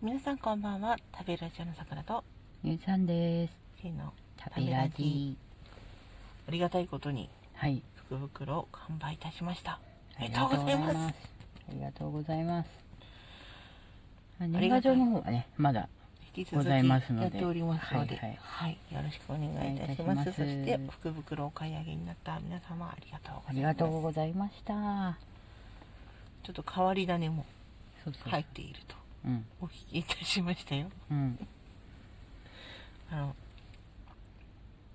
皆さんこんばんは食べラジオの桜とゆうさんです。せーの食べラジ。ありがたいことにはい。福袋を完売いたしましたおあめりでがとうごとうございざいますます。ありがとうございます。まああり年がた賀い状の方はね、まだ。引き続ごきざいますのでやっておりますのでははいいよろしくお願いいたしますお願いいたしますそして福袋をお買い上げになった皆様ありがとうございますありがとうございました。ちょっと変わり種もそうそう。入っ。ているとうん。お聞きいたしましたようん。あの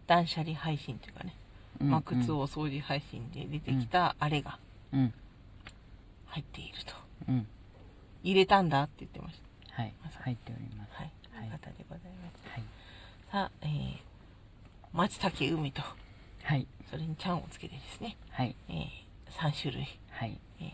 断捨離配信というかね、うんまあ、靴。を掃除配信で出てきたあれがうん。入っているとうん。入れたんだって言ってましはいまさ。か入っております。たはい、はいよかったでございますはい。さあ、えー、松茸海とはい。それにちゃんをつけてですね、はい。え3種類、はい。えー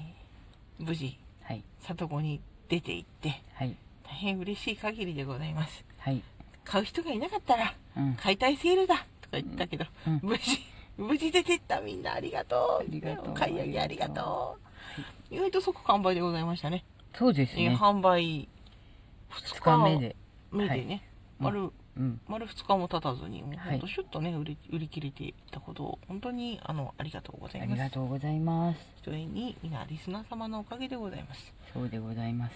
無事はい。里子に出て行ってはい。大変嬉しい限りでございますはい。買う人がいなかったらうん。解体セールだとか言ったけど、うん無事無事出てったみんなありがとうありがとうねお買い上げありがとうりがとう意外と即完売でございましたねそうですえーね。販売2日2日目目でで。ね、はい丸うん。丸2日も経たずにもうはいほんとシュッとね、売り売り切れていったことを本当にあのありがとうござあいりまがすとうございます。ひとえに皆リスナー様のおかげでございますそうでございます。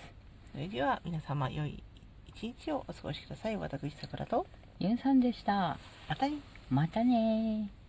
それでは皆様良い一日をお過ごしください私さくらとゆうさんでした。またねまたねー。